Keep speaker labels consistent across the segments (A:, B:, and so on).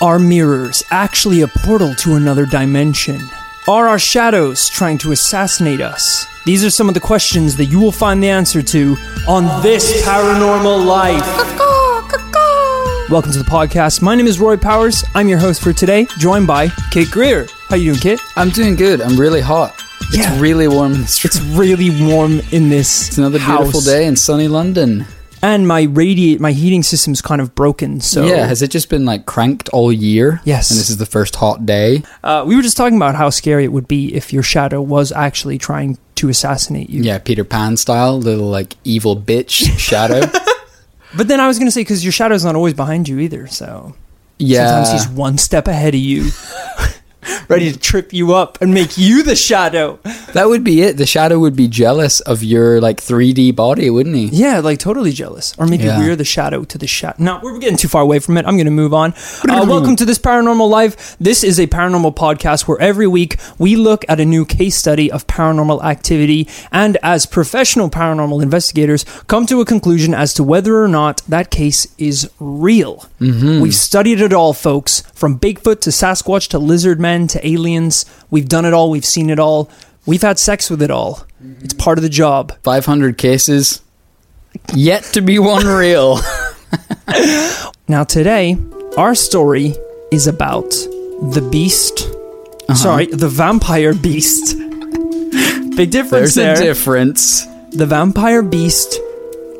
A: Are mirrors actually a portal to another dimension? Are our shadows trying to assassinate us? These are some of the questions that you will find the answer to on this paranormal life. Welcome to the podcast. My name is Roy Powers. I'm your host for today, joined by Kit Greer. How you doing, Kit?
B: I'm doing good. I'm really hot. It's
A: Yeah.
B: really warm in this room.
A: It's really warm in this.
B: It's another beautiful
A: house.
B: day in sunny London.
A: And my radiate, my heating system's kind of broken. So
B: yeah, has it just been like cranked all year?
A: Yes.
B: And this is the first hot day.
A: Uh, we were just talking about how scary it would be if your shadow was actually trying to assassinate you.
B: Yeah, Peter Pan style, little like evil bitch shadow.
A: But then I was going to say because your shadow's not always behind you either. So
B: yeah.
A: sometimes he's one step ahead of you, ready to trip you up and make you the shadow.
B: that would be it. The shadow would be jealous of your like 3D body, wouldn't he?
A: Yeah, like totally jealous. Or maybe
B: Yeah.
A: we're the shadow to the shadow. No, we're getting too far away from it. I'm going to move on. Uh, welcome to This Paranormal Life. This is a paranormal podcast where every week we look at a new case study of paranormal activity and, as professional paranormal investigators, come to a conclusion as to whether or not that case is real. We've studied it all, folks, from Bigfoot to Sasquatch to lizard men to aliens. We've done it all, we've seen it all, we've had sex with it all. It's part of the job.
B: 500 cases. Yet to be one real.
A: Now, today, our story is about the beast.
B: Uh-huh.
A: Sorry, the vampire beast. Big difference
B: There's
A: there.
B: a difference.
A: the vampire beast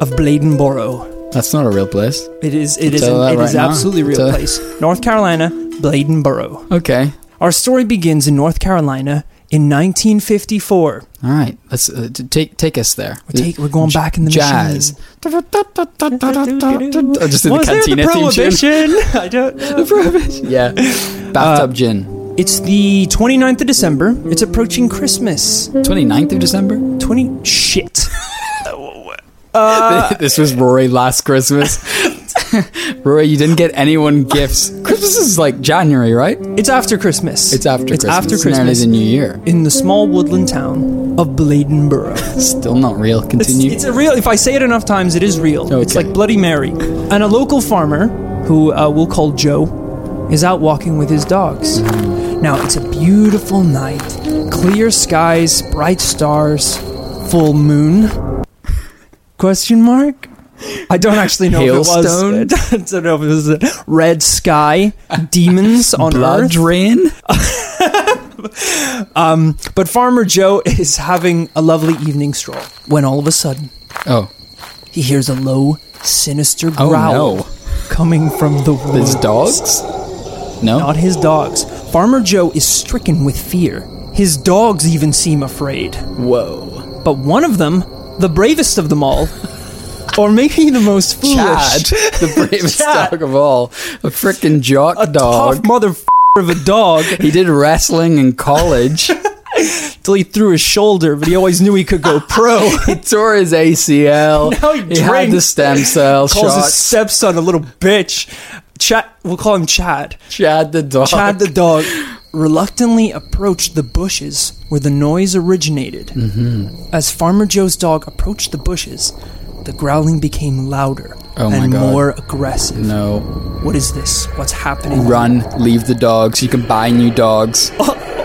A: of Bladenboro.
B: That's not a real place.
A: It is. It
B: I'll
A: is.
B: tell
A: An,
B: that
A: it is
B: right now.
A: absolutely a real
B: Tell-
A: place. North Carolina, Bladenboro.
B: Okay.
A: Our story begins in North Carolina in 1954.
B: All right. Let's uh, t- take take us there.
A: We're, take, we're going back in the
B: jazz.
A: machine.
B: I Oh, just did
A: Was
B: the
A: there
B: cantina
A: the
B: theme tune.
A: prohibition? I don't know.
B: Yeah, bathtub gin.
A: It's the 29th of December. It's approaching Christmas.
B: 29th of December.
A: 20 shit Uh,
B: this was Rory last Christmas. Rory, you didn't get anyone gifts. Christmas is like January, right?
A: it's after christmas
B: It's after
A: it's
B: Christmas.
A: after
B: It's nearly
A: christmas
B: the New Year.
A: in the small woodland town of bladenboro
B: Still not real.
A: it's,
B: Continue.
A: it's a real if i say it enough times it is real it's
B: Okay.
A: like bloody mary and a local farmer who uh, we'll call joe is out walking with his dogs now it's a beautiful night clear skies bright stars full moon question mark I don't actually know
B: Hailstone?
A: if it was. I don't know if it was a red sky, demons on
B: Blood
A: earth.
B: drain.
A: But Farmer Joe is having a lovely evening stroll when all of a sudden
B: Oh,
A: he hears a low, sinister
B: oh
A: growl
B: no!
A: coming from the
B: There's
A: woods.
B: dogs. No.
A: Not his dogs. Farmer Joe is stricken with fear. His dogs even seem afraid.
B: Whoa.
A: But one of them, the bravest of them all, or maybe the most foolish,
B: Chad, the bravest
A: Chad.
B: dog of all, a freaking jock
A: a
B: dog.
A: tough motherfucker of a dog,
B: He did wrestling in college.
A: till he threw his shoulder, but he always knew he could go pro.
B: he tore his ACL.
A: Now he
B: had the
A: drinks.
B: stem cell
A: Calls his
B: shots.
A: stepson a little bitch. Chad, we'll call him Chad.
B: Chad the dog.
A: Chad the dog reluctantly approached the bushes where the noise originated.
B: Mm-hmm.
A: As Farmer Joe's dog approached the bushes, the growling became louder
B: Oh my
A: and
B: God.
A: more aggressive.
B: no,
A: What is this? What's happening?
B: run, leave the dogs. You can buy new dogs.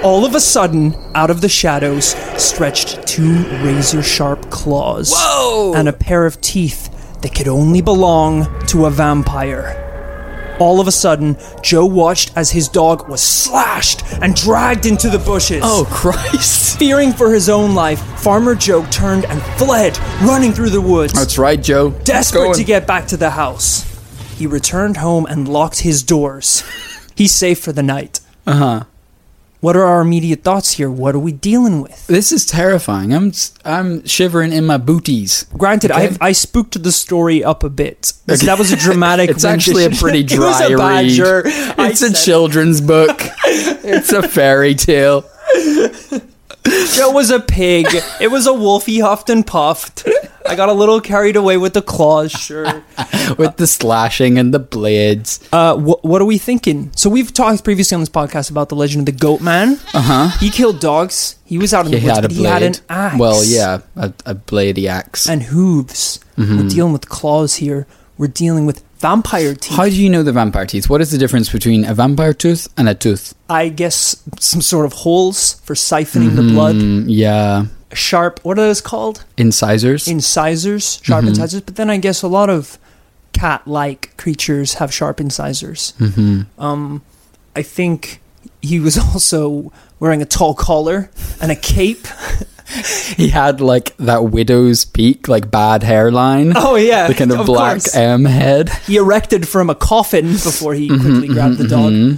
A: All of a sudden, out of the shadows stretched two razor sharp claws
B: Whoa!
A: and a pair of teeth that could only belong to a vampire. All of a sudden, Joe watched as his dog was slashed and dragged into the bushes.
B: Oh Christ!
A: Fearing for his own life, Farmer Joe turned and fled, running through the woods,
B: That's right, Joe.
A: desperate
B: Going.
A: to get back to the house. He returned home and locked his doors. He's safe for the night. Uh huh.
B: Uh-huh.
A: What are our immediate thoughts here? What are we dealing with?
B: This is terrifying. I'm s- I'm shivering in my booties.
A: Granted,
B: Okay.
A: I I spooked the story up a bit. This- That was a dramatic.
B: It's actually a
A: rendition.
B: pretty
A: It was
B: dry
A: a badger.
B: read.
A: I
B: It's a
A: said-
B: children's book. it's a fairy tale.
A: It was a pig. It was a wolf. He huffed and puffed. I got a little carried away with the claws. Sure.
B: with the slashing and the blades.
A: Uh, wh- what are we thinking? So we've talked previously on this podcast about the legend of the Goat Man. Uh huh. He killed dogs. He was out in
B: Uh-huh. He
A: the woods,
B: had a
A: but he
B: blade.
A: had an axe.
B: Well, yeah, Mm-hmm. a, a bladey axe.
A: And hooves. We're dealing with claws here. We're dealing with vampire teeth.
B: How do you know the vampire teeth? What is the difference between a vampire tooth and a tooth?
A: I guess some sort of holes for siphoning the blood.
B: Mm, yeah,
A: Sharp, what are those called?
B: incisors.
A: Incisors, sharp
B: Mm-hmm.
A: incisors. But then I guess a lot of cat-like creatures have sharp incisors.
B: hmm
A: Um, I think he was also wearing a tall collar and a cape.
B: He had like that widow's peak, like bad hairline,
A: Oh yeah,
B: the kind of, black
A: course.
B: M head.
A: He erected from a coffin before he
B: Mm-hmm,
A: quickly grabbed the dog.
B: Mhm.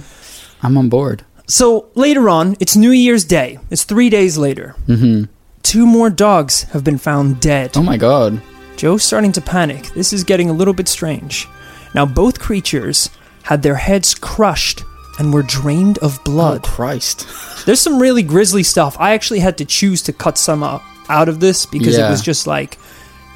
B: I'm on board.
A: So later on, it's New Year's Day. It's three days later.
B: hmm
A: Two more dogs have been found dead.
B: Oh my god.
A: Joe's starting to panic. This is getting a little bit strange. Now, both creatures had their heads crushed and were drained of blood.
B: Oh, Christ.
A: There's some really grisly stuff. I actually had to choose to cut some o- out of this because it
B: Yeah.
A: was just like,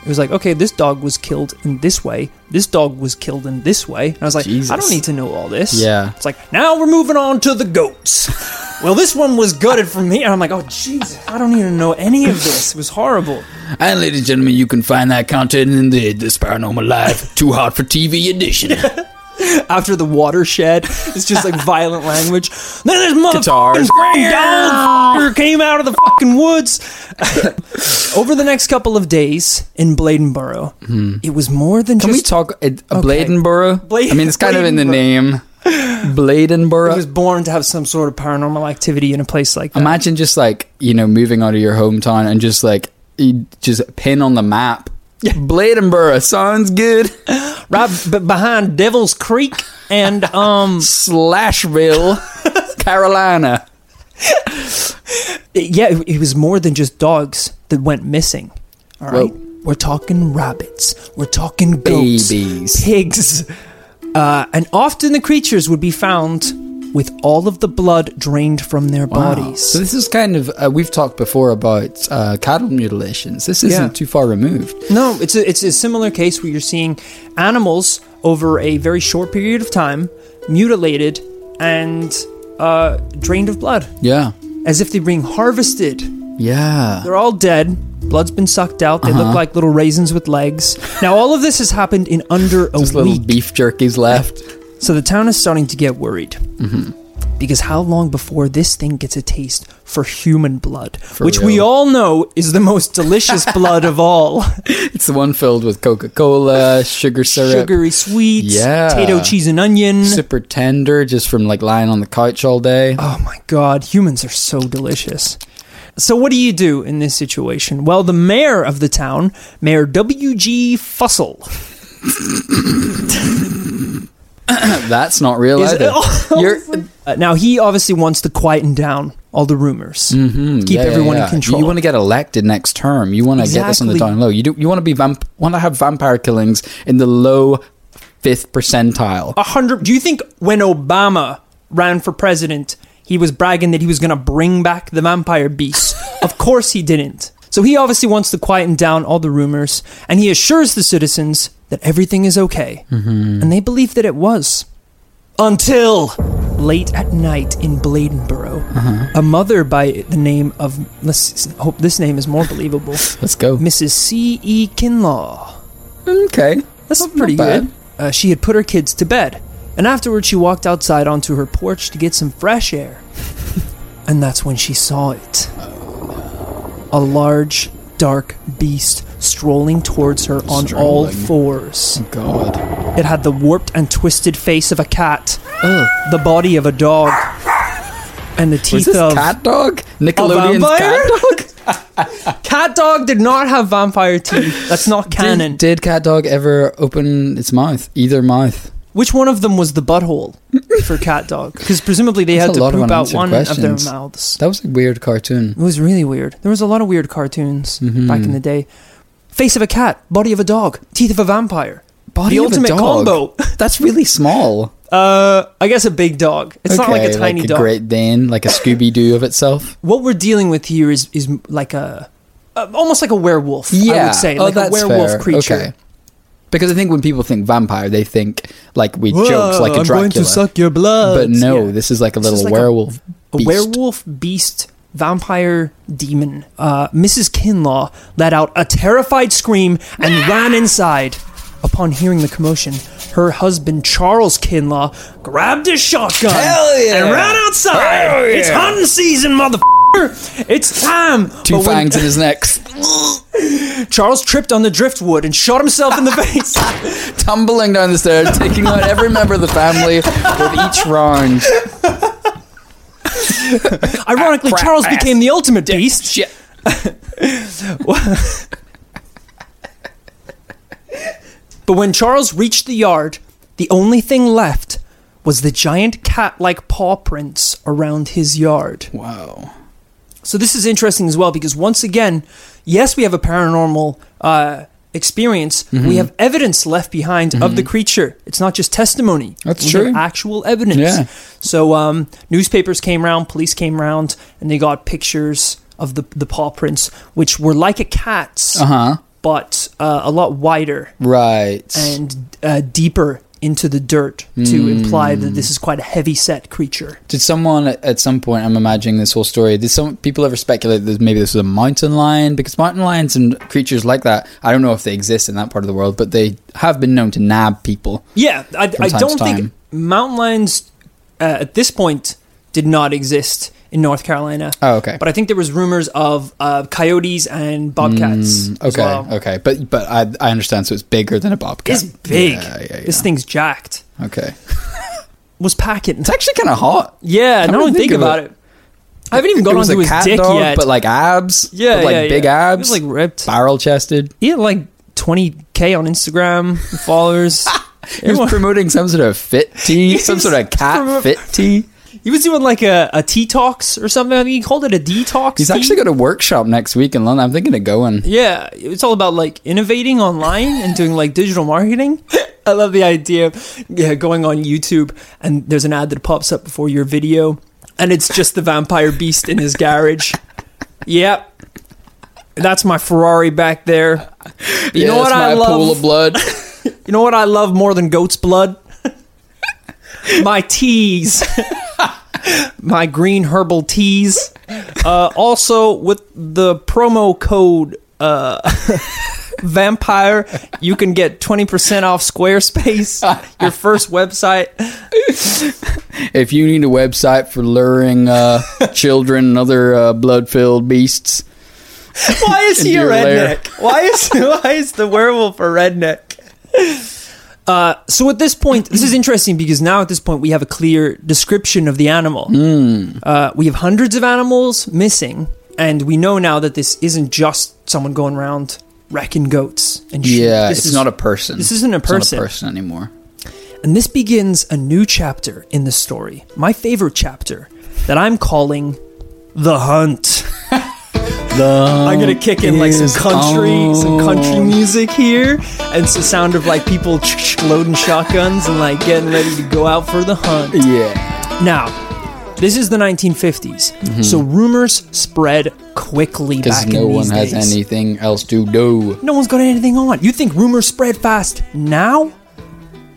A: it was like, okay, this dog was killed in this way. This dog was killed in this way. And I was like, I
B: Jesus.
A: don't need to know all this.
B: Yeah.
A: It's like, now we're moving on to the goats. well, this one was gutted from here. And I'm like, oh, Jesus, I don't even know any of this. It was horrible.
B: And ladies and gentlemen, you can find that content in the This Paranormal Live Too Hot for TV edition.
A: after the watershed. It's just like violent language. Then this motherfucking
B: Guitars.
A: fucking dog fucker came out of the fucking woods. Over the next couple of days in Bladenboro, it was more than
B: Hmm. Can we
A: just.
B: talk a, a Bladenborough?
A: Bla-
B: I mean, it's kind of in the
A: Bladenborough.
B: name.
A: it
B: Bladenborough.
A: was born to have some sort of paranormal activity in a place like that.
B: Imagine just like you know moving out of your hometown and just like you just pin on the map. Bladenborough sounds good.
A: right b- behind Devil's Creek and um
B: Slashville, Carolina.
A: yeah, it, it was more than just dogs that went missing. All right.
B: Whoa.
A: We're talking rabbits. We're talking goats.
B: Babies.
A: pigs. Uh, and often the creatures would be found with all of the blood drained from their
B: Wow.
A: bodies.
B: So this is kind of uh, we've talked before about uh, cattle mutilations. This isn't
A: Yeah.
B: too far removed.
A: no, it's a, it's a similar case where you're seeing animals over a very short period of time mutilated and uh, drained of blood,
B: Yeah.
A: as if they're being harvested.
B: Yeah.
A: They're all dead. Blood's been sucked out. They
B: Uh-huh.
A: look like little raisins with legs. Now, all of this has happened in under a
B: Just little
A: week.
B: beef jerky's left.
A: So the town is starting to get worried.
B: Mm-hmm.
A: Because how long before this thing gets a taste for human blood, which we
B: real.
A: all know is the most delicious blood of all?
B: It's the one filled with Coca Cola, sugar syrup,
A: Sugary sweets,
B: Yeah.
A: potato, cheese, and onion.
B: super tender, just from like lying on the couch all day.
A: oh my god, humans are so delicious. So, what do you do in this situation? Well, the mayor of the town, Mayor W.G. Fussell,
B: That's not real
A: Is it-
B: either. You're,
A: uh, now he obviously wants to quieten down all the rumors,
B: Mhm,
A: keep
B: yeah, yeah,
A: everyone
B: yeah.
A: in control.
B: You want to get elected next term. You want to get this on the
A: Exactly.
B: down low. You do. You want to be vamp. Want to have vampire killings in the low fifth percentile.
A: a hundred. Do you think when Obama ran for president, he was bragging that he was going to bring back the vampire beast? of course he didn't. So he obviously wants to quieten down all the rumors, and he assures the citizens that everything is okay,
B: Mm-hmm.
A: and they believe that it was. Until late at night in Bladenboro,
B: Uh-huh.
A: a mother by the name of let's hope this name is more believable,
B: Let's go.
A: Mrs. C. E. Kinlaw.
B: Okay.
A: That's
B: Not- not
A: pretty
B: bad.
A: good. Uh, she had put her kids to bed, and afterward she walked outside onto her porch to get some fresh air. and that's when she saw it. A large, dark beast strolling towards her on all
B: Strolling.
A: fours.
B: Oh, God.
A: It had the warped and twisted face of a cat, the body of a dog, and the
B: Was
A: teeth
B: this
A: of
B: cat dog? Nickelodeon's
A: vampire?
B: cat dog.
A: cat dog. Did not have vampire teeth. That's not canon.
B: Did, did cat dog ever open its mouth? Either mouth.
A: Which one of them was the butthole for cat dog? Because presumably they
B: That's
A: had
B: a
A: to
B: lot of
A: poop out
B: unanswered
A: one of
B: questions.
A: their mouths.
B: That was a weird cartoon.
A: It was really weird. There was a lot of weird cartoons
B: Mm-hmm.
A: back in the day. Face of a cat, body of a dog, teeth of a vampire.
B: Body
A: the
B: of a
A: ultimate
B: dog.
A: combo.
B: That's really small.
A: Uh, I guess a big dog. It's not like a
B: Okay,
A: tiny
B: like
A: dog.
B: A Great Dane, like a Scooby Doo of itself.
A: What we're dealing with here is is like a, uh, almost like a werewolf. I would say
B: Oh,
A: like a
B: that's
A: werewolf
B: fair.
A: creature.
B: Okay. Because I think when people think vampire, they think like we jokes like a
A: I'm
B: Dracula.
A: going to suck your blood.
B: but no,
A: Yeah.
B: this is like a
A: This
B: little
A: is like a-
B: werewolf.
A: a
B: beast.
A: werewolf beast vampire demon uh, mrs kinlaw let out a terrified scream and ran inside Upon hearing the commotion, her husband Charles Kinlaw grabbed his shotgun
B: Hell yeah.
A: and ran outside.
B: Hell
A: It's
B: yeah.
A: hunting season, motherfucker! It's time. But
B: Two
A: when
B: fangs in his neck,
A: Charles tripped on the driftwood and shot himself in the face.
B: tumbling down the stairs, taking out every member of the family with each round.
A: Ironically,
B: Crap
A: Charles
B: ass.
A: became the ultimate beast.
B: Shit.
A: But when Charles reached the yard, the only thing left was the giant cat like paw prints around his yard.
B: Wow.
A: So this is interesting as well because once again, yes, we have a paranormal uh, experience.
B: Mm-hmm.
A: We have evidence left behind of the creature. It's not just testimony.
B: That's
A: we
B: true.
A: Have actual evidence.
B: Yeah.
A: So um, newspapers came round, police came round, and they got pictures of the the paw prints, which were like a cat's,
B: Uh huh.
A: but uh, a lot wider
B: Right.
A: and uh, deeper into the dirt to
B: Mm.
A: imply that this is quite a heavy set creature.
B: Did someone at- at some point? I'm imagining this whole story. Did some people ever speculate that maybe this was a mountain lion? Because mountain lions and creatures like that, I don't know if they exist in that part of the world, but they have been known to nab people.
A: Yeah, I, I
B: time to
A: don't think
B: time.
A: mountain lions uh, at this point did not exist in North Carolina,
B: Oh, okay.
A: but I think there was rumors of uh, coyotes and bobcats.
B: Mm,
A: as
B: okay,
A: well.
B: okay, but but I I understand. So it's bigger than a
A: It's
B: bobcat.
A: big.
B: Yeah, yeah, yeah.
A: This thing's jacked.
B: okay.
A: Was packing.
B: It's actually kind of hot.
A: Yeah,
B: Come
A: now
B: and
A: I
B: think
A: think
B: of
A: about
B: it.
A: it. I haven't even
B: It
A: gone
B: was
A: onto
B: a
A: his
B: cat
A: dick
B: dog,
A: yet.
B: but like abs.
A: yeah,
B: but like
A: yeah,
B: big
A: yeah. It
B: abs,
A: was like ripped.
B: barrel chested.
A: He had like 20k on Instagram followers.
B: He was promoting some sort of fit tea, some sort of
A: promo-
B: cat fit tea.
A: He was doing like a, a detox or something. I think he called it a detox.
B: He's
A: tea.
B: actually got a workshop next week in London. I'm thinking of going.
A: Yeah, it's all about like innovating online and doing like digital marketing. I love the idea of yeah, going on YouTube and there's an ad that pops up before your video and it's just the vampire beast in his garage. Yep. That's my Ferrari back there. You
B: Yeah,
A: know what
B: it's my
A: I
B: pool
A: love?
B: of blood.
A: You know what I love more than goat's blood? My teas. My green herbal teas. Uh, also, with the promo code uh, vampire, you can get 20% off Squarespace, your first website.
B: if you need a website for luring uh, children and other uh, blood-filled beasts,
A: Why is he a
B: Into your lair.
A: redneck? Why is, why is the werewolf a redneck? Uh, so at this point, this is interesting because now at this point we have a clear description of the animal.
B: Hmm.
A: Uh, we have hundreds of animals missing, and we know now that this isn't just someone going around wrecking goats and shit.
B: yeah,
A: This
B: it's
A: is-
B: not a person.
A: this isn't a
B: It's not
A: person.
B: person anymore.
A: And this begins a new chapter in the story. My favorite chapter that I'm calling the hunt. I'm gonna kick in like some
B: is
A: country, some country
B: on.
A: music here, and some sound of like people loading shotguns and like getting ready to go out for the hunt.
B: Yeah,
A: Now, this is the 1950s, so rumors spread quickly
B: Mm-hmm. because
A: back
B: no
A: in
B: one
A: these
B: has
A: days.
B: anything else to do.
A: No one's got anything on. You think rumors spread fast now?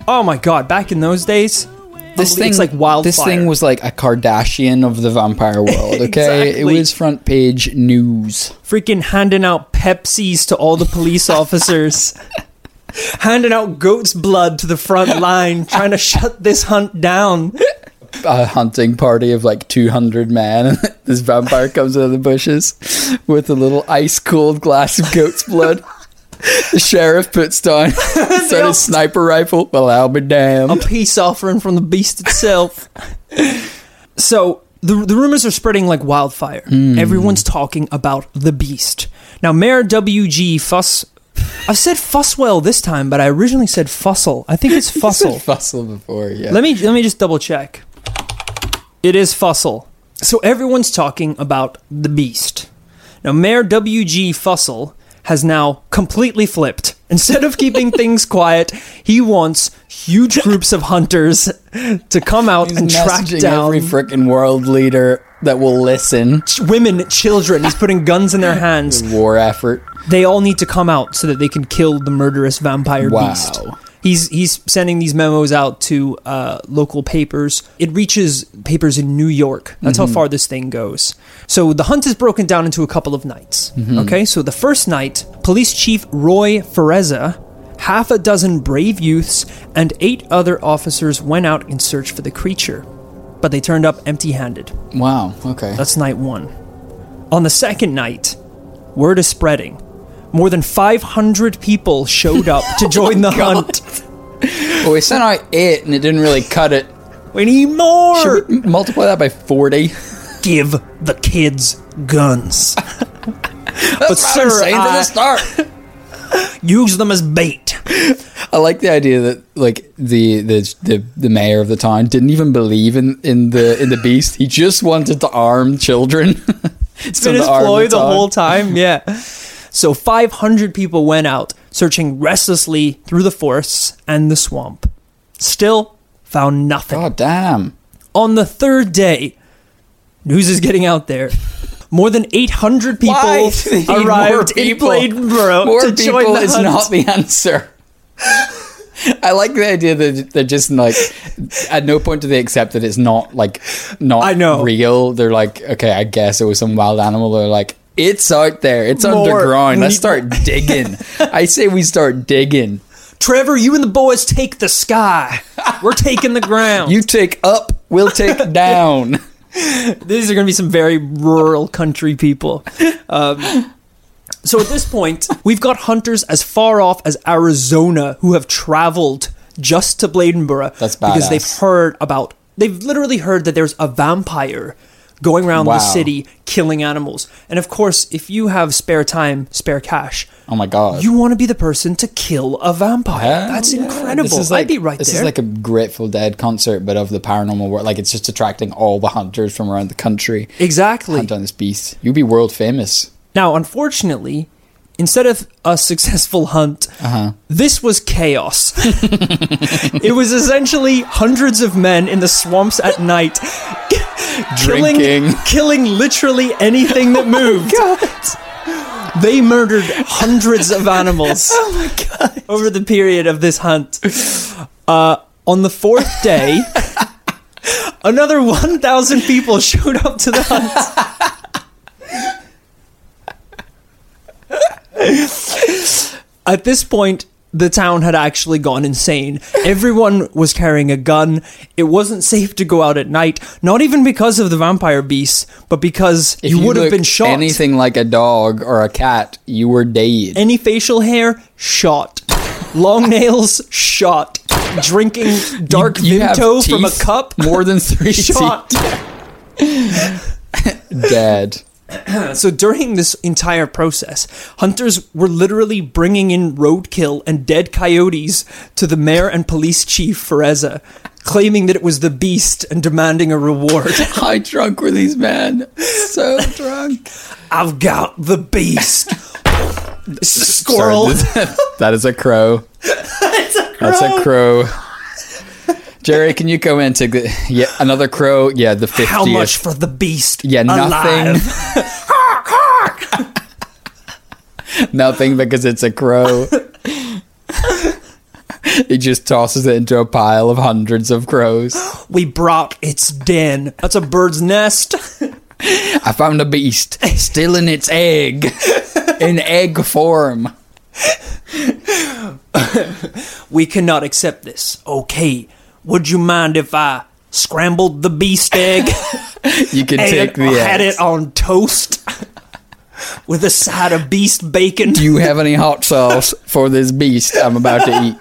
A: Oh my god! Back in those days,
B: This
A: unbelie-
B: thing,
A: it's like wildfire.
B: This thing was like a Kardashian of the vampire world. Okay, it
A: Exactly.
B: was front page news.
A: freaking handing out Pepsis to all the police officers, handing out goat's blood to the front line, trying to shut this hunt down.
B: A hunting party of like two hundred men, and this vampire comes out of the bushes with a little ice cold glass of goat's blood. the sheriff puts down sort
A: all-
B: of sniper rifle. Well, I'll be damned.
A: a peace offering from the beast itself. so the, the rumors are spreading like wildfire. Everyone's talking about the beast. Now, Mayor W.G. Fuss. I've said Fusswell this time, but I originally said Fussell. I think it's Fussell.
B: Fussel before, yeah.
A: Let me let me just double check. It is Fussell. So everyone's talking about the beast. Now Mayor W.G. Fussell has now completely flipped. Instead of keeping things quiet, he wants huge groups of hunters to come out
B: He's
A: and track
B: messaging
A: down
B: every freaking world leader that will listen.
A: ch- women, children. He's putting guns in their hands.
B: War effort.
A: They all need to come out so that they can kill the murderous vampire
B: Wow.
A: beast. He's he's sending these memos out to uh, local papers. It reaches papers in New York. That's how far this thing goes. So the hunt is broken down into a couple of nights. Okay, so the first night, police chief Roy Fereza half a dozen brave youths and eight other officers went out in search for the creature, but they turned up empty handed.
B: Wow. Okay.
A: That's night one. On the second night, word is spreading. More than 500 people showed up to join the hunt.
B: well, we sent out eight and it didn't really cut it.
A: We need more!
B: Should we multiply that by 40?
A: Give the kids guns.
B: That's but
A: sir,
B: from
A: I-
B: the start.
A: Use them as bait.
B: I like the idea that like the the the, the mayor of the town didn't even believe in, in the in the beast. He just wanted to arm children. It's
A: been his ploy the whole time. Yeah. So 500 people went out searching restlessly through the forests and the swamp. Still found nothing.
B: God damn.
A: On the third day, news is getting out there. More than 800 people
B: Why do they need more
A: arrived in
B: people?
A: Bladenboro
B: More
A: to
B: people
A: join the
B: is
A: hunt.
B: not the answer. I like the idea that they're just like at no point do they accept that it's not like not
A: I know.
B: real. They're like, okay, I guess it was some wild animal. They're like, it's out there, it's
A: More
B: underground. Let's
A: people.
B: start digging. I say we start digging.
A: Trevor, you and the boys take the sky. We're taking the ground.
B: You take up, we'll take down.
A: these are going to be some very rural country people. Um, so at this point, we've got hunters as far off as Arizona who have traveled just to Bladenboro
B: That's
A: because
B: badass.
A: they've heard about they've literally heard that there's a vampire going around
B: Wow.
A: the city killing animals. And of course, if you have spare time, spare cash,
B: Oh my god.
A: you want to be the person to kill a vampire.
B: Hell
A: That's
B: yeah.
A: incredible.
B: This is like,
A: I'd be right
B: this
A: there.
B: is like a Grateful Dead concert, but of the paranormal world. Like it's just attracting all the hunters from around the country.
A: exactly.
B: Hunt on this beast. You'd be world famous.
A: Now, unfortunately, instead of a successful hunt, this was chaos. it was essentially hundreds of men in the swamps at night. Killing,
B: Drinking.
A: killing literally anything that moved. They murdered hundreds of animals over the period of this hunt. Uh, on the fourth day, another 1,000 people showed up to the hunt. At this point, the town had actually gone insane. Everyone was carrying a gun. It wasn't safe to go out at night, not even because of the vampire beasts, but because
B: If
A: you would have
B: look
A: been shot.
B: Anything like a dog or a cat, you were dead.
A: Any facial hair, shot. Long nails, shot. Drinking dark
B: You have
A: Vinto from a
B: teeth,
A: cup,
B: More than three
A: shot.
B: teeth. Dead.
A: So during this entire process, hunters were literally bringing in roadkill and dead coyotes to the mayor and police chief Fereza, claiming that it was the beast and demanding a reward.
B: How drunk were these men? So drunk.
A: I've got the beast. It's a
B: Sorry,
A: squirrel.
B: this- that is a crow. That's a crow. Jerry, can you go in to the, yeah another crow? Yeah, the fiftieth.
A: How much for the beast?
B: Yeah,
A: alive?
B: nothing. nothing because it's a crow. he just tosses it into a pile of hundreds of crows.
A: We brought its den. That's a bird's nest.
B: I found a beast still in its egg, in egg form.
A: We cannot accept this. Okay, would you mind if I scrambled the beast egg?
B: You can
A: ate
B: take
A: it, or
B: the
A: had
B: eggs.
A: it on toast with a side of beast bacon.
B: Do you have any hot sauce for this beast I'm about to eat?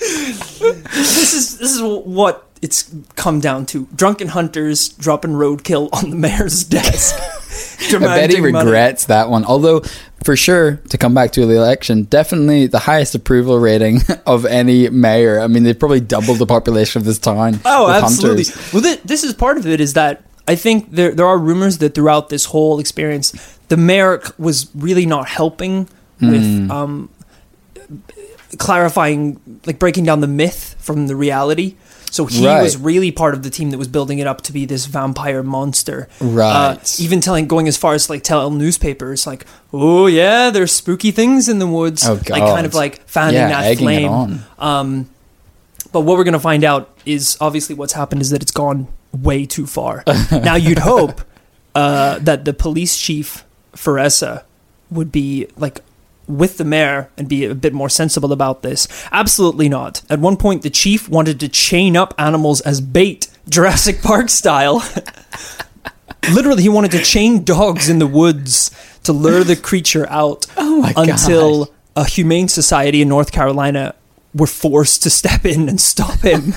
A: this is this is what it's come down to: drunken hunters dropping roadkill on the mayor's desk.
B: I bet he
A: Demanding money.
B: regrets that one. Although, for sure, to come back to the election, definitely the highest approval rating of any mayor. I mean, they probably doubled the population of this town.
A: Oh,
B: with
A: absolutely.
B: hunters.
A: Well, th- this is part of it. Is that I think there there are rumors that throughout this whole experience, the mayor c- was really not helping
B: Hmm.
A: with um, clarifying, like breaking down the myth from the reality. So he
B: Right.
A: was really part of the team that was building it up to be this vampire monster. Uh,
B: Right.
A: even telling, going as far as to, like tell newspapers, like, oh yeah, there's spooky things in the woods.
B: Oh,
A: Like kind of
B: God.
A: like fanning
B: Yeah,
A: that
B: egging it
A: flame.
B: on.
A: Um, but what we're going to find out is obviously what's happened is that it's gone way too far. now you'd hope uh, that the police chief Feressa would be like with the mayor and be a bit more sensible about this? Absolutely not. At one point, the chief wanted to chain up animals as bait, Jurassic Park style. Literally, he wanted to chain dogs in the woods to lure the creature out
B: Oh my
A: until
B: God.
A: a humane society in North Carolina were forced to step in and stop him.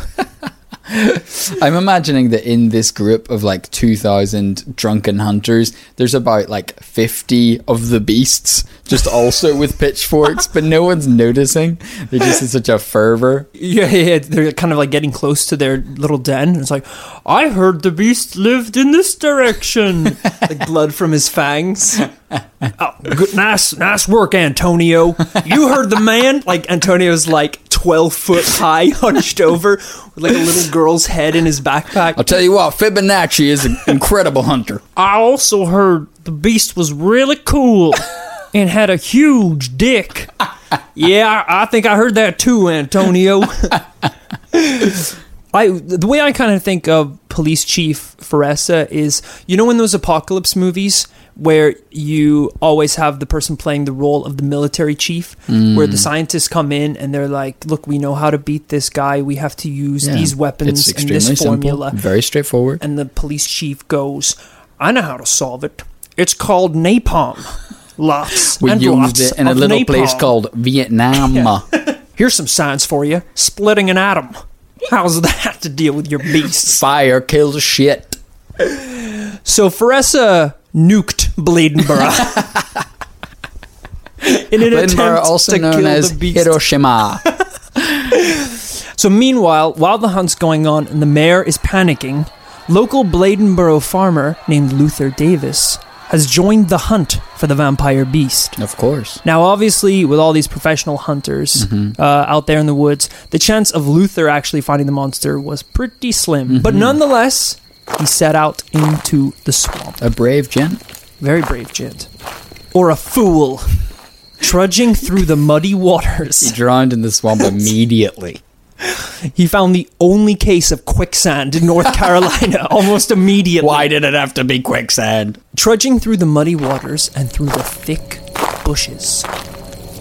B: I'm imagining that in this group of like 2,000 drunken hunters, there's about like 50 of the beasts, just also with pitchforks, but no one's noticing. They're just in such a fervor.
A: Yeah, yeah, yeah, they're kind of like getting close to their little den. It's like, I heard the beast lived in this direction. like blood from his fangs. Oh, good, nice, nice work, Antonio. You heard the man. Like Antonio's like twelve foot high, hunched over, with like a little girl's head in his backpack.
B: I'll tell you what, Fibonacci is an incredible hunter.
A: I also heard the beast was really cool and had a huge dick. Yeah, I I think I heard that too, Antonio. I the way I kind of think of police chief Faressa is you know in those apocalypse movies where you always have the person playing the role of the military chief where
B: Mm.
A: the scientists come in and they're like look we know how to beat this guy we have to use these weapons
B: It's
A: and
B: extremely
A: this formula
B: simple, very straightforward.
A: and the police chief goes, I know how to solve it. It's called napalm. Lots
B: We
A: and
B: used
A: lots
B: it in a
A: of
B: little
A: napalm.
B: place called Vietnam.
A: Here's some science for you: splitting an atom. How's that to deal with your beasts?
B: Fire kills shit.
A: So Faressa nuked Bladenborough in an
B: Edinburgh,
A: attempt
B: also
A: to
B: known
A: kill
B: as
A: the beast.
B: Hiroshima.
A: So meanwhile, while the hunt's going on and the mayor is panicking, local Bladenborough farmer named Luther Davis has joined the hunt for the vampire beast.
B: of course.
A: Now, obviously, with all these professional hunters uh, out there in the woods, the chance of Luther actually finding the monster was pretty slim. But nonetheless, he set out into the swamp.
B: A brave gent.
A: Very brave gent. Or a fool. Trudging through the muddy
B: He
A: waters,
B: drowned in the swamp immediately.
A: he found the only case of quicksand in North Carolina almost immediately.
B: did it have to be quicksand?
A: Trudging through the muddy waters and through the thick bushes,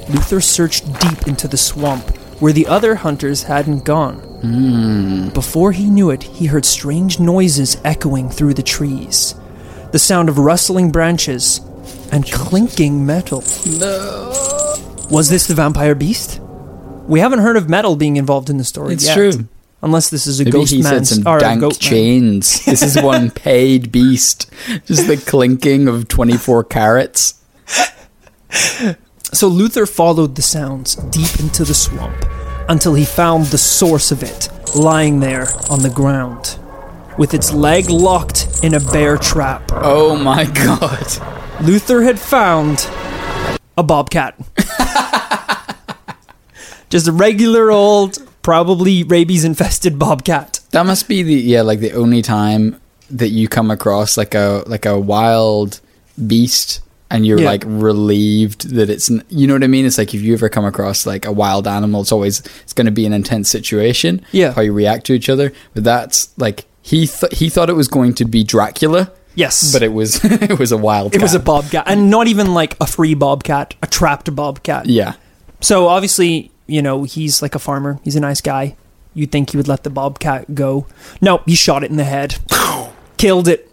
A: Luther searched deep into the swamp where the other hunters hadn't gone.
B: Hmm.
A: Before he knew it, he heard strange noises echoing through the trees the sound of rustling branches and clinking metal. Was this the vampire beast? We haven't heard of metal being involved in the story
B: It's
A: yet.
B: true.
A: Unless this is a
B: Maybe
A: ghost
B: he
A: man
B: said some
A: or a
B: dank
A: goat man.
B: chains. This is one paid beast. Just the clinking of 24 carats.
A: So Luther followed the sounds deep into the swamp until he found the source of it, lying there on the ground, with its leg locked in a bear trap.
B: Oh my god.
A: Luther had found a bobcat. Just a regular old, probably rabies infested bobcat.
B: That must be the yeah, like the only time that you come across like a like a wild beast and you're
A: Yeah.
B: like relieved that it's n- you know what I mean? It's like if you ever come across like a wild animal, it's always it's going to be an intense situation.
A: Yeah.
B: how you react to each other. But that's like he th- he thought it was going to be Dracula,
A: Yes.
B: but it was it was a wild.
A: it was a
B: cat.
A: bobcat. And not even like a free bobcat, a trapped bobcat.
B: yeah.
A: So obviously, you know, he's like a farmer. He's a nice guy. You'd think he would let the bobcat go. No, he shot it in the head. Killed it.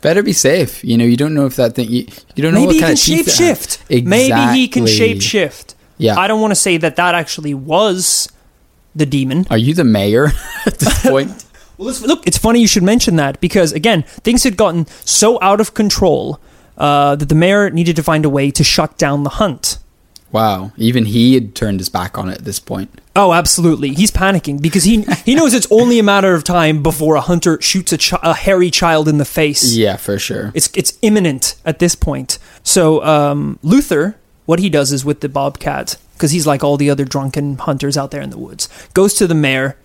B: Better be safe. You know, you don't know if that thing. You, you don't know
A: Maybe
B: what
A: he
B: kind
A: can
B: of teeth
A: shape
B: it had.
A: shift. Maybe he can
B: Exactly.
A: shape shift.
B: Yeah.
A: I don't want to say that that actually was the demon.
B: Are you the mayor at this point?
A: Well, let's, look, it's funny you should mention that because again, things had gotten so out of control uh, that the mayor needed to find a way to shut down the hunt.
B: wow. Even he had turned his back on it at this point.
A: Oh, absolutely. He's panicking because he he knows it's only a matter of time before a hunter shoots a, chi- a hairy child in the face.
B: Yeah, for sure.
A: It's it's imminent at this point. So um, Luther, what he does is with the bobcat because he's like all the other drunken hunters out there in the woods, goes to the mayor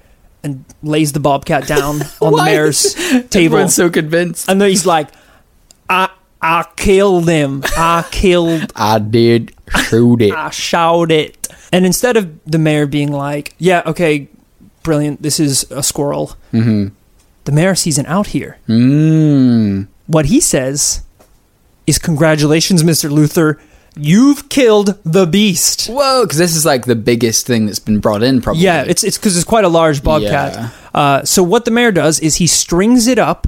A: and lays the bobcat down on the
B: Why?
A: mayor's table,
B: Everyone's so convinced.
A: and then he's like, "I I killed him. I killed
B: I did shoot it.
A: I shout it. And instead of the mayor being like, yeah, okay, brilliant, this is a squirrel, the mayor sees an out here.
B: Mmm.
A: What he says is, congratulations, Mr. Luther, You've killed the beast.
B: Whoa, because this is like the biggest thing that's been brought in, probably.
A: Yeah, it's it's because it's quite a large bobcat.
B: Yeah.
A: Uh, so what the mayor does is he strings it up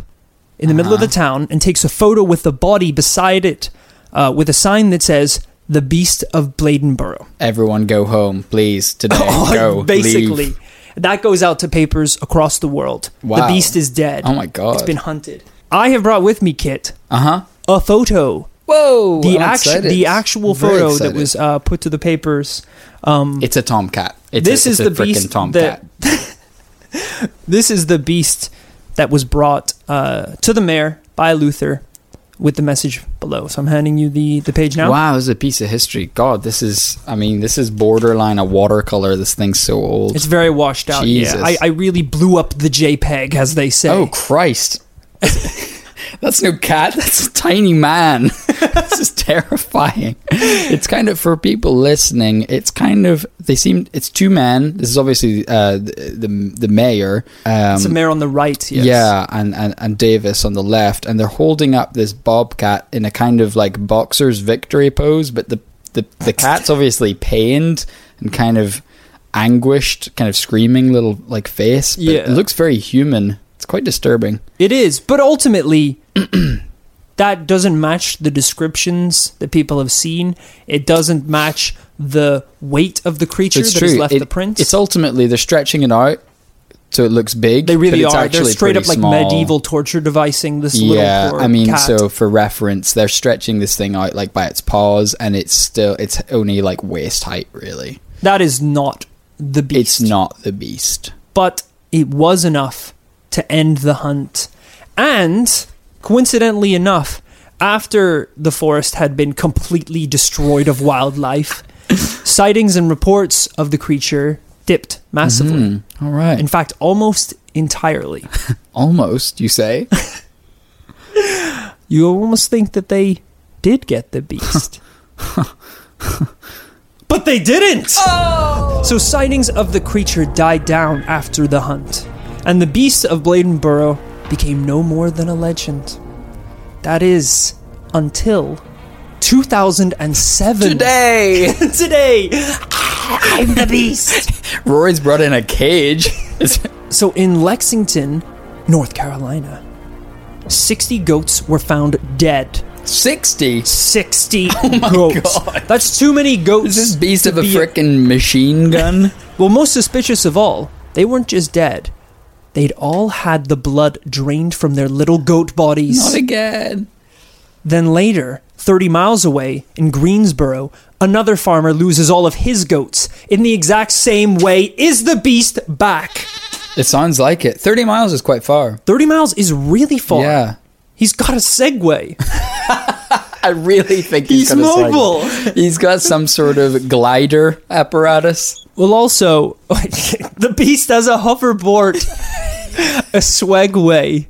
A: in the middle of the town and takes a photo with the body beside it, uh, with a sign that says "The Beast of Bladenborough."
B: everyone go home, please. Today, go.
A: Oh, Basically,
B: leave.
A: that goes out to papers across the world. The
B: Wow.
A: beast is dead.
B: Oh my god.
A: It's been hunted. I have brought with me, Kit,
B: Uh huh.
A: a photo.
B: Whoa.
A: The,
B: I'm
A: actu-
B: excited.
A: the actual
B: Very
A: photo that
B: excited.
A: was uh, put to the papers. Um,
B: It's a tomcat. It's
A: this
B: a,
A: is
B: it's
A: the
B: a frickin'
A: beast
B: tomcat.
A: that this is the beast that was brought uh, to the mayor by Luther with the message below. So I'm handing you the the page now.
B: Wow, this is a piece of history. God, this is. I mean, this is borderline a watercolor. This thing's so old.
A: It's very washed out.
B: Jesus.
A: Yeah, I, I really blew up the JPEG, as they say.
B: oh Christ. That's no cat. That's a tiny man. this is terrifying. It's kind of for people listening. It's kind of they seem. It's two men. This is obviously uh, the, the the mayor. Um,
A: it's the mayor on the right. Yes.
B: Yeah, and, and, and Davis on the left, and they're holding up this bobcat in a kind of like boxer's victory pose, but the, the, the cat's obviously pained and kind of anguished, kind of screaming little like face. But
A: Yeah.
B: It looks very human. It's quite disturbing.
A: It is, but ultimately, that doesn't match the descriptions that people have seen. It doesn't match the weight of the creature
B: it's
A: that
B: true.
A: has left
B: It-
A: the prints.
B: It's ultimately they're stretching it out so it looks big.
A: they
B: but
A: really
B: it's
A: are.
B: Actually
A: They're straight up
B: pretty
A: like
B: small.
A: medieval torture devicing this
B: Yeah,
A: little poor
B: I mean,
A: cat.
B: so for reference, they're stretching this thing out like by its paws, and it's still it's only like waist height, really.
A: that is not the beast.
B: It's not the beast.
A: but it was enough to end the hunt. And coincidentally enough, after the forest had been completely destroyed of wildlife, sightings and reports of the creature dipped massively.
B: All right.
A: In fact, almost entirely.
B: Almost, you say?
A: You almost think that they did get the beast. but they didn't! So sightings of the creature died down after the hunt, and the beast of Bladenborough became no more than a legend. That is, until 2007.
B: Today!
A: Today! I'm the beast!
B: Roy's brought in a cage. It's-
A: So in Lexington, North Carolina, 60 goats were found dead
B: 60?
A: 60 goats.
B: God.
A: That's too many goats.
B: Is this beast
A: to
B: of a
A: be-
B: frickin' machine gun?
A: Well, most suspicious of all, they weren't just dead. They'd all had the blood drained from their little goat bodies.
B: Not again.
A: Then later, 30 miles away in Greensboro, another farmer loses all of his goats. In the exact same way, is the beast back?
B: It sounds like it. 30 miles is quite far.
A: 30 miles is really far.
B: Yeah.
A: He's got a Segway.
B: I really think
A: He's
B: got a cycle.
A: mobile.
B: He's got some sort of glider apparatus.
A: Well, also, the beast has a hoverboard, a Swegway.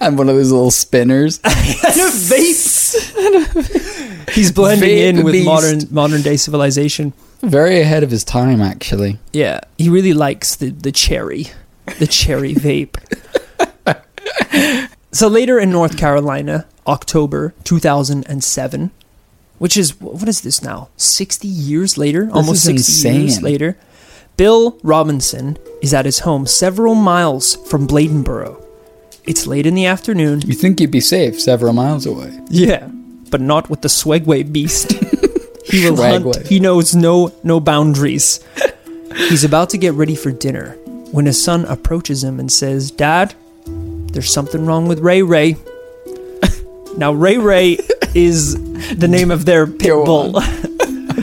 B: and one of those little spinners.
A: and a vape. He's blending
B: Vape
A: in with
B: beast.
A: modern modern day civilization.
B: Very ahead of his time, actually.
A: Yeah, he really likes the the cherry, the cherry vape. so later in North Carolina, October 2007, which is what is this now? 60 years later, almost
B: is
A: 60 years
B: insane.
A: later, Bill Robinson is at his home several miles from Bladenboro. It's late in the afternoon.
B: You think you'd be safe several miles away.
A: Yeah, but not with the Swegway beast. he will
B: Swagway.
A: hunt. He knows no no boundaries. He's about to get ready for dinner when his son approaches him and says, "Dad, there's something wrong with Ray Ray." now Ray Ray is the name of their pit
B: Go
A: bull,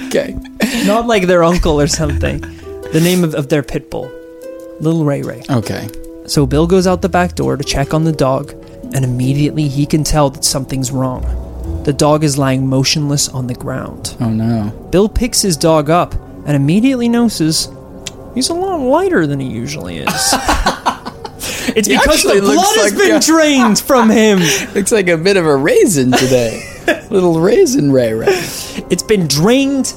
B: Okay.
A: not like their uncle or something. The name of, of their pit bull, Little Ray Ray.
B: Okay.
A: So Bill goes out the back door to check on the dog, and immediately he can tell that something's wrong. The dog is lying motionless on the ground.
B: Oh no.
A: Bill picks his dog up and immediately notices he's a lot lighter than he usually is. it's
B: He
A: because
B: actually
A: the blood
B: looks
A: has
B: like
A: been
B: a-
A: drained from him.
B: Looks like a bit of a raisin today. Little raisin Ray Ray.
A: It's been drained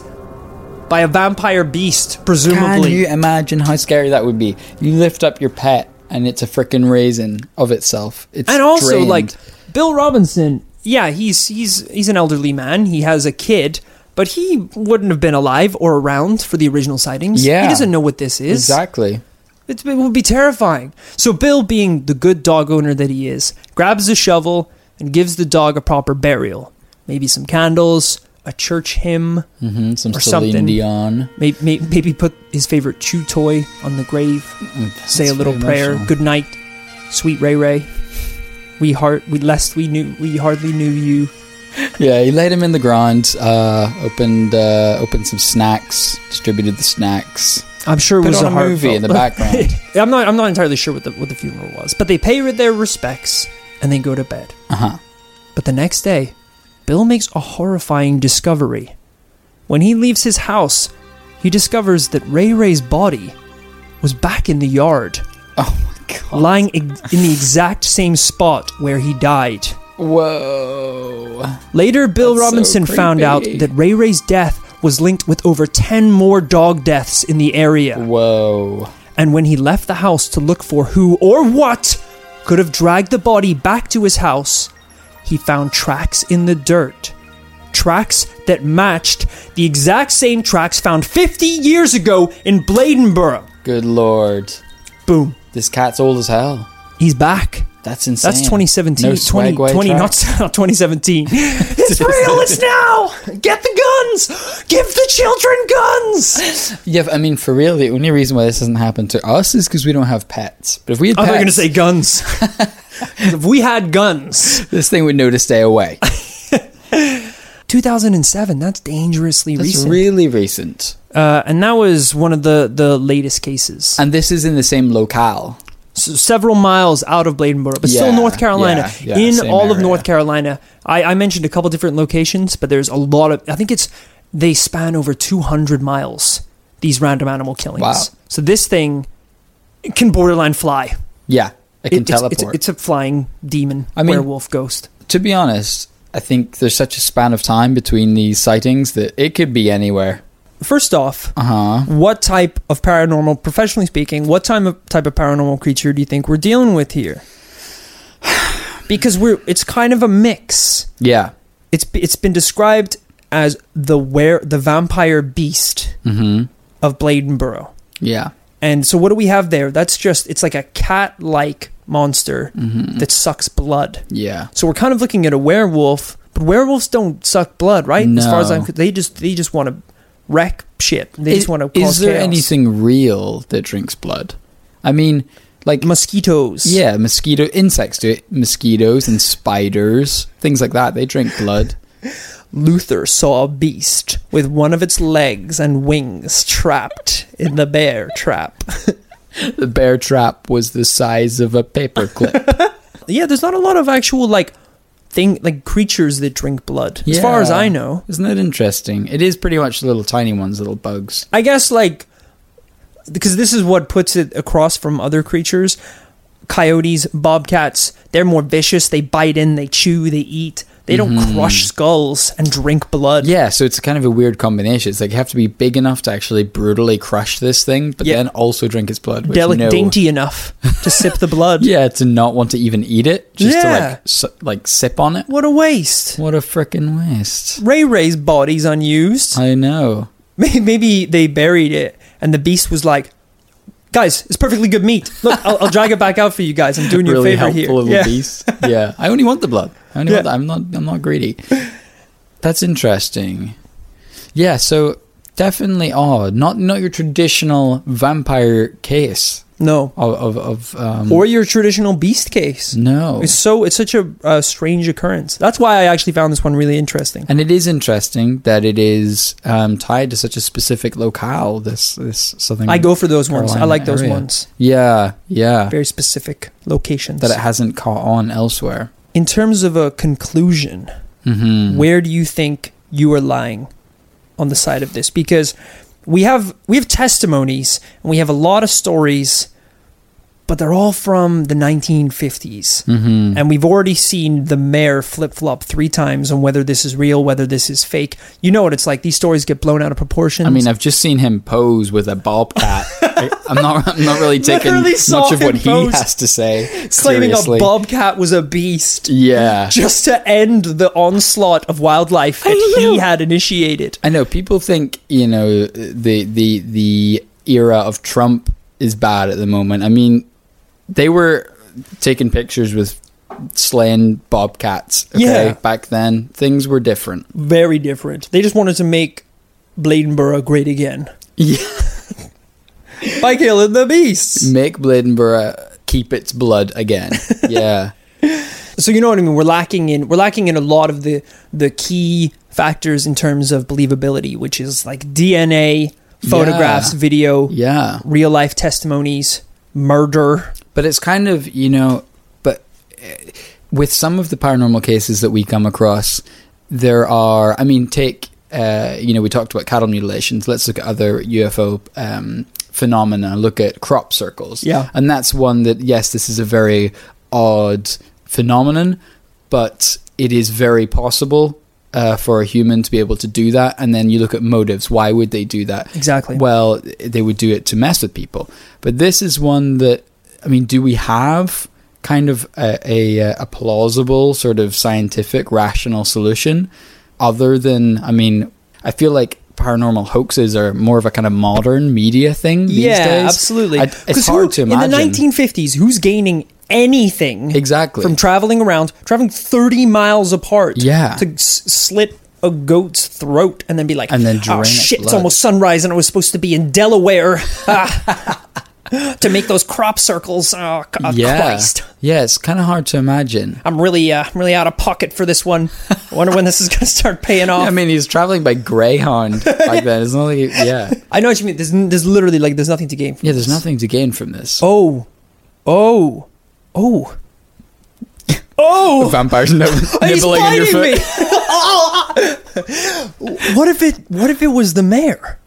A: by a vampire beast, presumably.
B: Can you imagine how scary that would be? You lift up your pet and it's a frickin' raisin of itself. It's
A: and also
B: drained.
A: like Bill Robinson, yeah, he's he's he's an elderly man. He has a kid, but he wouldn't have been alive or around for the original sightings.
B: Yeah.
A: He doesn't know what this is.
B: Exactly.
A: It, it would be terrifying. So Bill, being the good dog owner that he is, grabs a shovel and gives the dog a proper burial. Maybe some candles, a church hymn,
B: hmm Some
A: Or
B: Celine
A: something.
B: Dion.
A: may, may, maybe put his favorite chew toy on the grave,
B: Mm,
A: say a
B: that's
A: little
B: very
A: prayer,
B: emotional.
A: good night, sweet Ray Ray. We heart we lest we knew we hardly knew you.
B: Yeah, he laid him in the ground. Uh, opened uh, opened some snacks. Distributed the snacks.
A: I'm sure it
B: Put
A: was
B: on
A: a
B: a movie
A: heartfelt-
B: in the background.
A: I'm not I'm not entirely sure what the what the funeral was, but they pay their respects and they go to bed.
B: uh huh.
A: But the next day, Bill makes a horrifying discovery. When he leaves his house, he discovers that Ray Ray's body was back in the yard,
B: Oh my god.
A: lying ex- in the exact same spot where he died.
B: Whoa.
A: Later, Bill
B: That's so
A: Robinson found out
B: creepy.
A: that Ray Ray's death was linked with over 10 more dog deaths in the area.
B: Whoa.
A: and when he left the house to look for who or what could have dragged the body back to his house, he found tracks in the dirt. Tracks that matched the exact same tracks found 50 years ago in Bladenborough.
B: Good lord.
A: Boom.
B: This cat's old as hell.
A: He's back.
B: That's insane.
A: That's 2017.
B: No
A: 20,
B: swagway
A: 20
B: track?
A: not, not 2017. it's real. It's now. Get the guns. Give the children guns.
B: Yeah, I mean, for real, the only reason why this hasn't happened to us is because we don't have pets. But if we had
A: Oh,
B: pets,
A: they're going to say guns. if we had guns.
B: this thing would know to stay away.
A: 2007. That's dangerously
B: That's
A: recent.
B: really recent.
A: uh, and that was one of the the latest cases.
B: And this is in the same locale.
A: S several miles out of Bladenboro, but still
B: Yeah,
A: North Carolina.
B: yeah, yeah,
A: in
B: same
A: all of
B: area.
A: North Carolina, I, I mentioned a couple different locations, but there's a lot of. I think it's they span over 200 miles. These random animal killings.
B: Wow.
A: So this thing it can borderline fly.
B: Yeah, it can
A: It- it's-
B: teleport.
A: It's, it's a flying demon,
B: I mean-
A: werewolf, ghost.
B: to be honest, I think there's such a span of time between these sightings that it could be anywhere.
A: First off,
B: Uh huh.
A: what type of paranormal, professionally speaking, what type of type of paranormal creature do you think we're dealing with here? Because we're it's kind of a mix.
B: Yeah.
A: It's be- it's been described as the where the vampire beast
B: Mm hmm.
A: of Bladenboro.
B: Yeah.
A: And so what do we have there? That's just it's like a cat-like monster
B: Mm-hmm.
A: that sucks blood.
B: Yeah.
A: So we're kind of looking at a werewolf, but werewolves don't suck blood, right? As far as
B: No.
A: I'm they just they just want to wreck shit. They
B: Is-
A: just want to cause
B: Is there
A: chaos.
B: anything real that drinks blood? I mean, like
A: mosquitoes?
B: Yeah, mosquito insects do it. Mosquitoes and spiders, things like that. They drink blood.
A: Luther saw a beast with one of its legs and wings trapped in the bear trap.
B: the bear trap was the size of a paperclip.
A: Yeah, there's not a lot of actual like thing like creatures that drink blood. As far as
B: Yeah.
A: I know.
B: Isn't that interesting? It is pretty much the little tiny ones, little bugs.
A: I guess like because this is what puts it across from other creatures. Coyotes, bobcats, they're more vicious. They bite in, they chew, they eat. They don't crush skulls and drink blood.
B: Mm-hmm. Yeah, so it's kind of a weird combination. It's like you have to be big enough to actually brutally crush this thing, but
A: Yeah.
B: then also drink its blood. Which
A: They're like
B: no-
A: dainty enough to sip the blood.
B: Yeah, to not want to even eat it, just to
A: Yeah.
B: like su- like sip on it.
A: What a waste.
B: What a freaking waste!
A: Ray Ray's body's unused.
B: I know.
A: May- Maybe they buried it, and the beast was like, "Guys, it's perfectly good meat. Look, I'll, I'll drag it back out for you guys. I'm doing your
B: really
A: favor
B: helpful
A: here."
B: little
A: Yeah.
B: beast. Yeah, I only want the blood. I only
A: Yeah.
B: want that. I'm not. I'm not greedy. That's interesting. Yeah. So definitely odd. Not not your traditional vampire case
A: No,
B: of of, of um,
A: or your traditional beast case.
B: no.
A: It's so it's such a uh, strange occurrence. That's why I actually found this one really interesting.
B: And it is interesting that it is um, tied to such a specific locale. This this something.
A: I go for those ones. I
B: Carolina
A: like those
B: area.
A: ones.
B: Yeah. Yeah.
A: Very specific locations.
B: That it hasn't caught on elsewhere.
A: In terms of a conclusion,
B: Mm-hmm.
A: where do you think you are lying on the side of this because we have we have testimonies and we have a lot of stories but they're all from the 1950s.
B: Mm-hmm.
A: And we've already seen the mayor flip flop three times on whether this is real, whether this is fake. You know what it's like. These stories get blown out of proportion.
B: I mean, uh, I've just seen him pose with a bobcat. I, am not. I'm not really taking
A: Literally saw
B: much of what
A: him pose.
B: he has to say.
A: claiming
B: seriously.
A: a bobcat was a beast
B: Yeah.
A: just to end the onslaught of wildlife that
B: know.
A: he had initiated.
B: I know people think you know the the the era of Trump is bad at the moment. I mean, they were taking pictures with slain bobcats. Okay,
A: Yeah.
B: back then things were different.
A: Very different. They just wanted to make Bladenborough great again
B: Yeah, Mm.
A: by killing the beasts.
B: make Bladenborough keep its blood again. Yeah,
A: So you know what I mean. We're lacking in we're lacking in a lot of the the key factors in terms of believability, which is like DNA, photographs,
B: Yeah.
A: video,
B: yeah.
A: real life testimonies, murder.
B: But it's kind of you know, but eh, with some of the paranormal cases that we come across, there are. I mean, take uh, you know, we talked about cattle mutilations. Let's look at other UFO um, phenomena. Look at crop circles.
A: Yeah.
B: and that's one that yes, this is a very odd phenomenon, but it is very possible. Uh, for a human to be able to do that, and then you look at motives. Why would they do that?
A: Exactly.
B: Well, they would do it to mess with people. But this is one that, I mean, do we have kind of a, a, a plausible, sort of scientific, rational solution other than, I mean, I feel like paranormal hoaxes are more of a kind of modern media thing these
A: yeah,
B: days.
A: absolutely.
B: I-
A: 'Cause
B: it's hard to
A: who,
B: imagine.
A: In the 1950s, who's gaining anything
B: Exactly.
A: from traveling around, traveling 30 miles apart
B: Yeah.
A: to s- slit a goat's throat and then be like,
B: And then
A: oh
B: drain its
A: shit, it's
B: blood."
A: almost sunrise and I was supposed to be in Delaware Ah, to make those crop circles. Oh, c- oh,
B: yeah.
A: Christ.
B: Yeah, it's kind of hard to imagine.
A: I'm really, uh, I'm really out of pocket for this one. I wonder when this is going to start paying off.
B: I mean, he's traveling by Greyhound back then. It's not like, yeah.
A: I know what you mean. There's, n- there's literally like, there's nothing to gain. From
B: Yeah, there's nothing to gain from this.
A: Oh, oh, oh, oh!
B: Vampires nib-
A: He's
B: nibbling on your
A: biting
B: foot.
A: me. what if it? What if it was the mayor?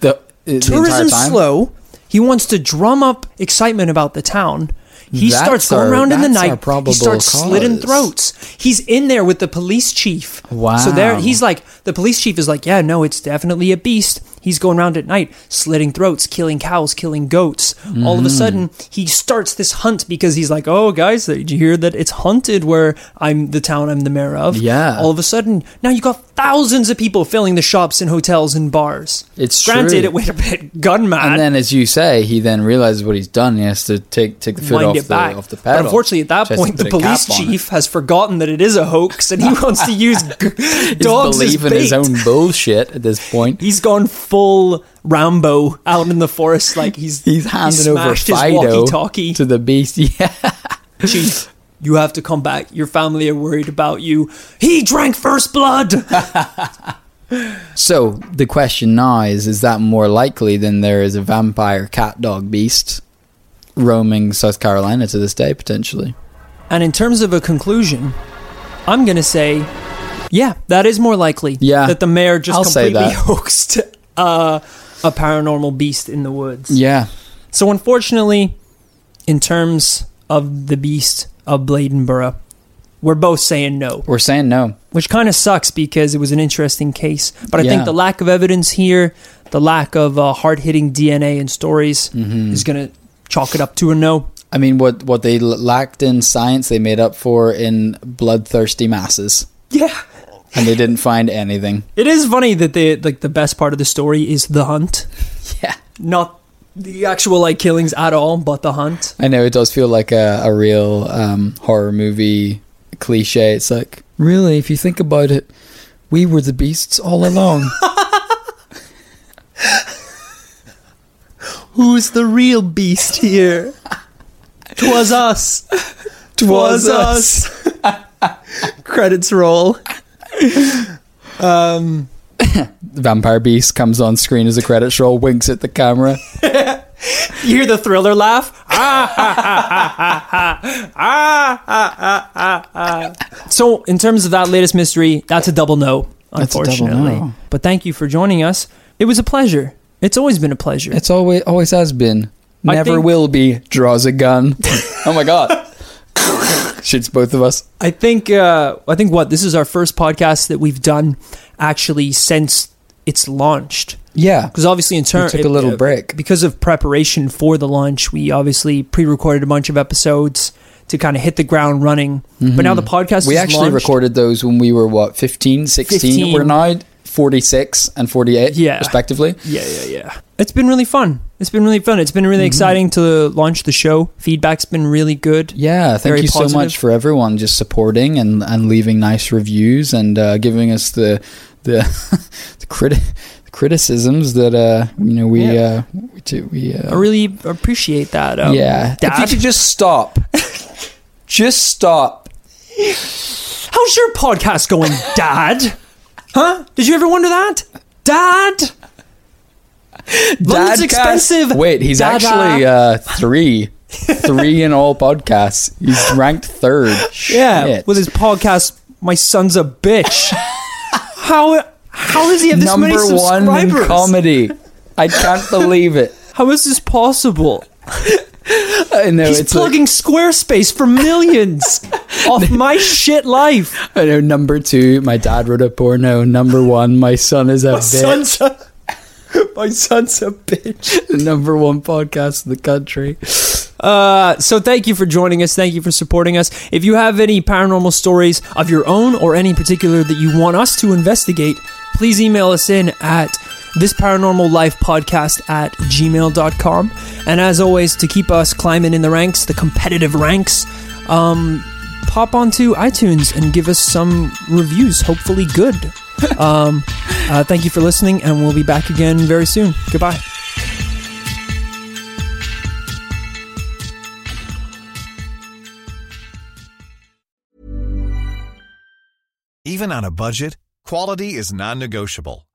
B: the, the entire
A: Tourism's
B: time.
A: slow. He wants to drum up excitement about the town. He
B: That's
A: starts going
B: our-
A: around in the
B: that's our
A: night. He
B: probable
A: starts slitting
B: cause.
A: throats. He's in there with the police chief. So there,
B: Wow.
A: he's like, the police chief is like, yeah, no, it's definitely a beast. He's going around at night, slitting throats, killing cows, killing goats. All
B: Mm-hmm.
A: of a sudden, he starts this hunt because he's like, oh, guys, did you hear that it's hunted where I'm the town I'm the mayor of?
B: Yeah.
A: All of a sudden, now you got thousands of people filling the shops and hotels and bars.
B: It's
A: granted,
B: true.
A: it went a bit gun mad.
B: And then, as you say, he then realizes what he's done. He has to take take the foot
A: wind
B: off
A: it
B: the,
A: back.
B: off the pedal.
A: but unfortunately, at that
B: So he has
A: point,
B: to
A: the
B: put a
A: police
B: cap on it.
A: chief has forgotten that it is a hoax, and he wants to use g-
B: He's
A: dogs as
B: believing his
A: bait.
B: own bullshit at this point.
A: He's gone full Rambo out in the forest, like he's
B: He's handing over
A: smashed his
B: Fido
A: walkie-talkie.
B: to the beast. Yeah,
A: Chief, you have to come back. Your family are worried about you. He drank first blood.
B: So the question now is: Is that more likely than there is a vampire cat dog beast roaming South Carolina to this day potentially?
A: and in terms of a conclusion, I'm gonna say, yeah, that is more likely.
B: Yeah,
A: that the mayor just
B: I'll say
A: completely
B: that.
A: hoaxed uh, a paranormal beast in the woods.
B: Yeah,
A: So unfortunately, in terms of the beast of Bladenborough, we're both saying no,
B: we're saying no.
A: which kind of sucks because it was an interesting case. But I think
B: Yeah.
A: the lack of evidence here, the lack of uh, hard-hitting DNA and stories,
B: Mm-hmm.
A: is going to chalk it up to a no.
B: I mean, what what they l- lacked in science, they made up for in bloodthirsty masses,
A: Yeah,
B: and they didn't find anything.
A: it is funny that the like the best part of the story is the hunt,
B: Yeah,
A: not the actual like killings at all, but the hunt.
B: I know it does feel like a, a real um, horror movie cliche. It's like, really, if you think about it, we were the beasts all along.
A: Who's the real beast here? Twas us. Twas us. Credits roll. Um,
B: Vampire beast comes on screen as a credits roll, winks at the camera.
A: you hear the thriller laugh? Ah, ha, ha, ha, ha, ha. Ah, ha, ha, ha, ha. So, in terms of that latest mystery, that's a double no,
B: That's a double
A: unfortunately.
B: no.
A: But thank you for joining us. It was a pleasure. It's always been a pleasure.
B: It's always always has been.
A: I
B: Never
A: think-
B: will be. Draws a gun. oh my god. Shits both of us.
A: I think uh, I think what this is our first podcast that we've done actually since it's launched.
B: Yeah.
A: Because obviously, in turn, uh,
B: We took a little break.
A: because of preparation for the launch. We obviously pre-recorded a bunch of episodes to kind of hit the ground running. But now the podcast
B: Mm-hmm. We
A: is
B: actually
A: launched.
B: recorded those when we were what 15, 16.
A: 15.
B: We're now 46 and 48
A: Yeah.
B: respectively.
A: Yeah, yeah, yeah. It's been really fun. It's been really fun. It's been
B: Mm-hmm.
A: really exciting to launch the show. Feedback's been really good.
B: Yeah, thank
A: Very
B: you so much
A: positive.
B: for everyone just supporting and, and leaving nice reviews and uh, giving us the the the, criti- the criticisms that uh you know we
A: Yeah.
B: uh we, do, we
A: I
B: uh,
A: really appreciate that. Um,
B: yeah. If you
A: Dad,
B: could just stop, just stop.
A: how's your podcast going, Dad? huh? Did you ever wonder that, Dad? London's
B: Dadcast-
A: expensive.
B: Wait, he's
A: Dada.
B: actually uh three, three in all podcasts. He's ranked third.
A: Yeah,
B: Shit.
A: with his podcast, my son's a bitch. how how does he have this many
B: number
A: subscribers?
B: one in comedy. I can't believe it.
A: how is this possible?
B: I know
A: He's
B: it's
A: plugging Squarespace for millions off my shit life.
B: like, I know number two. My dad wrote a porno. Number one, my son is a
A: My
B: bitch.
A: son's a my son's a bitch.
B: the number one podcast in the country.
A: Uh, so thank you for joining us. Thank you for supporting us. If you have any paranormal stories of your own or any particular that you want us to investigate, please email us in at this paranormal life podcast at gmail.com. And as always, to keep us climbing in the ranks, the competitive ranks, um, pop onto iTunes and give us some reviews, hopefully good. um, uh, thank you for listening, and we'll be back again very soon. Goodbye.
C: Even on a budget, quality is non-negotiable.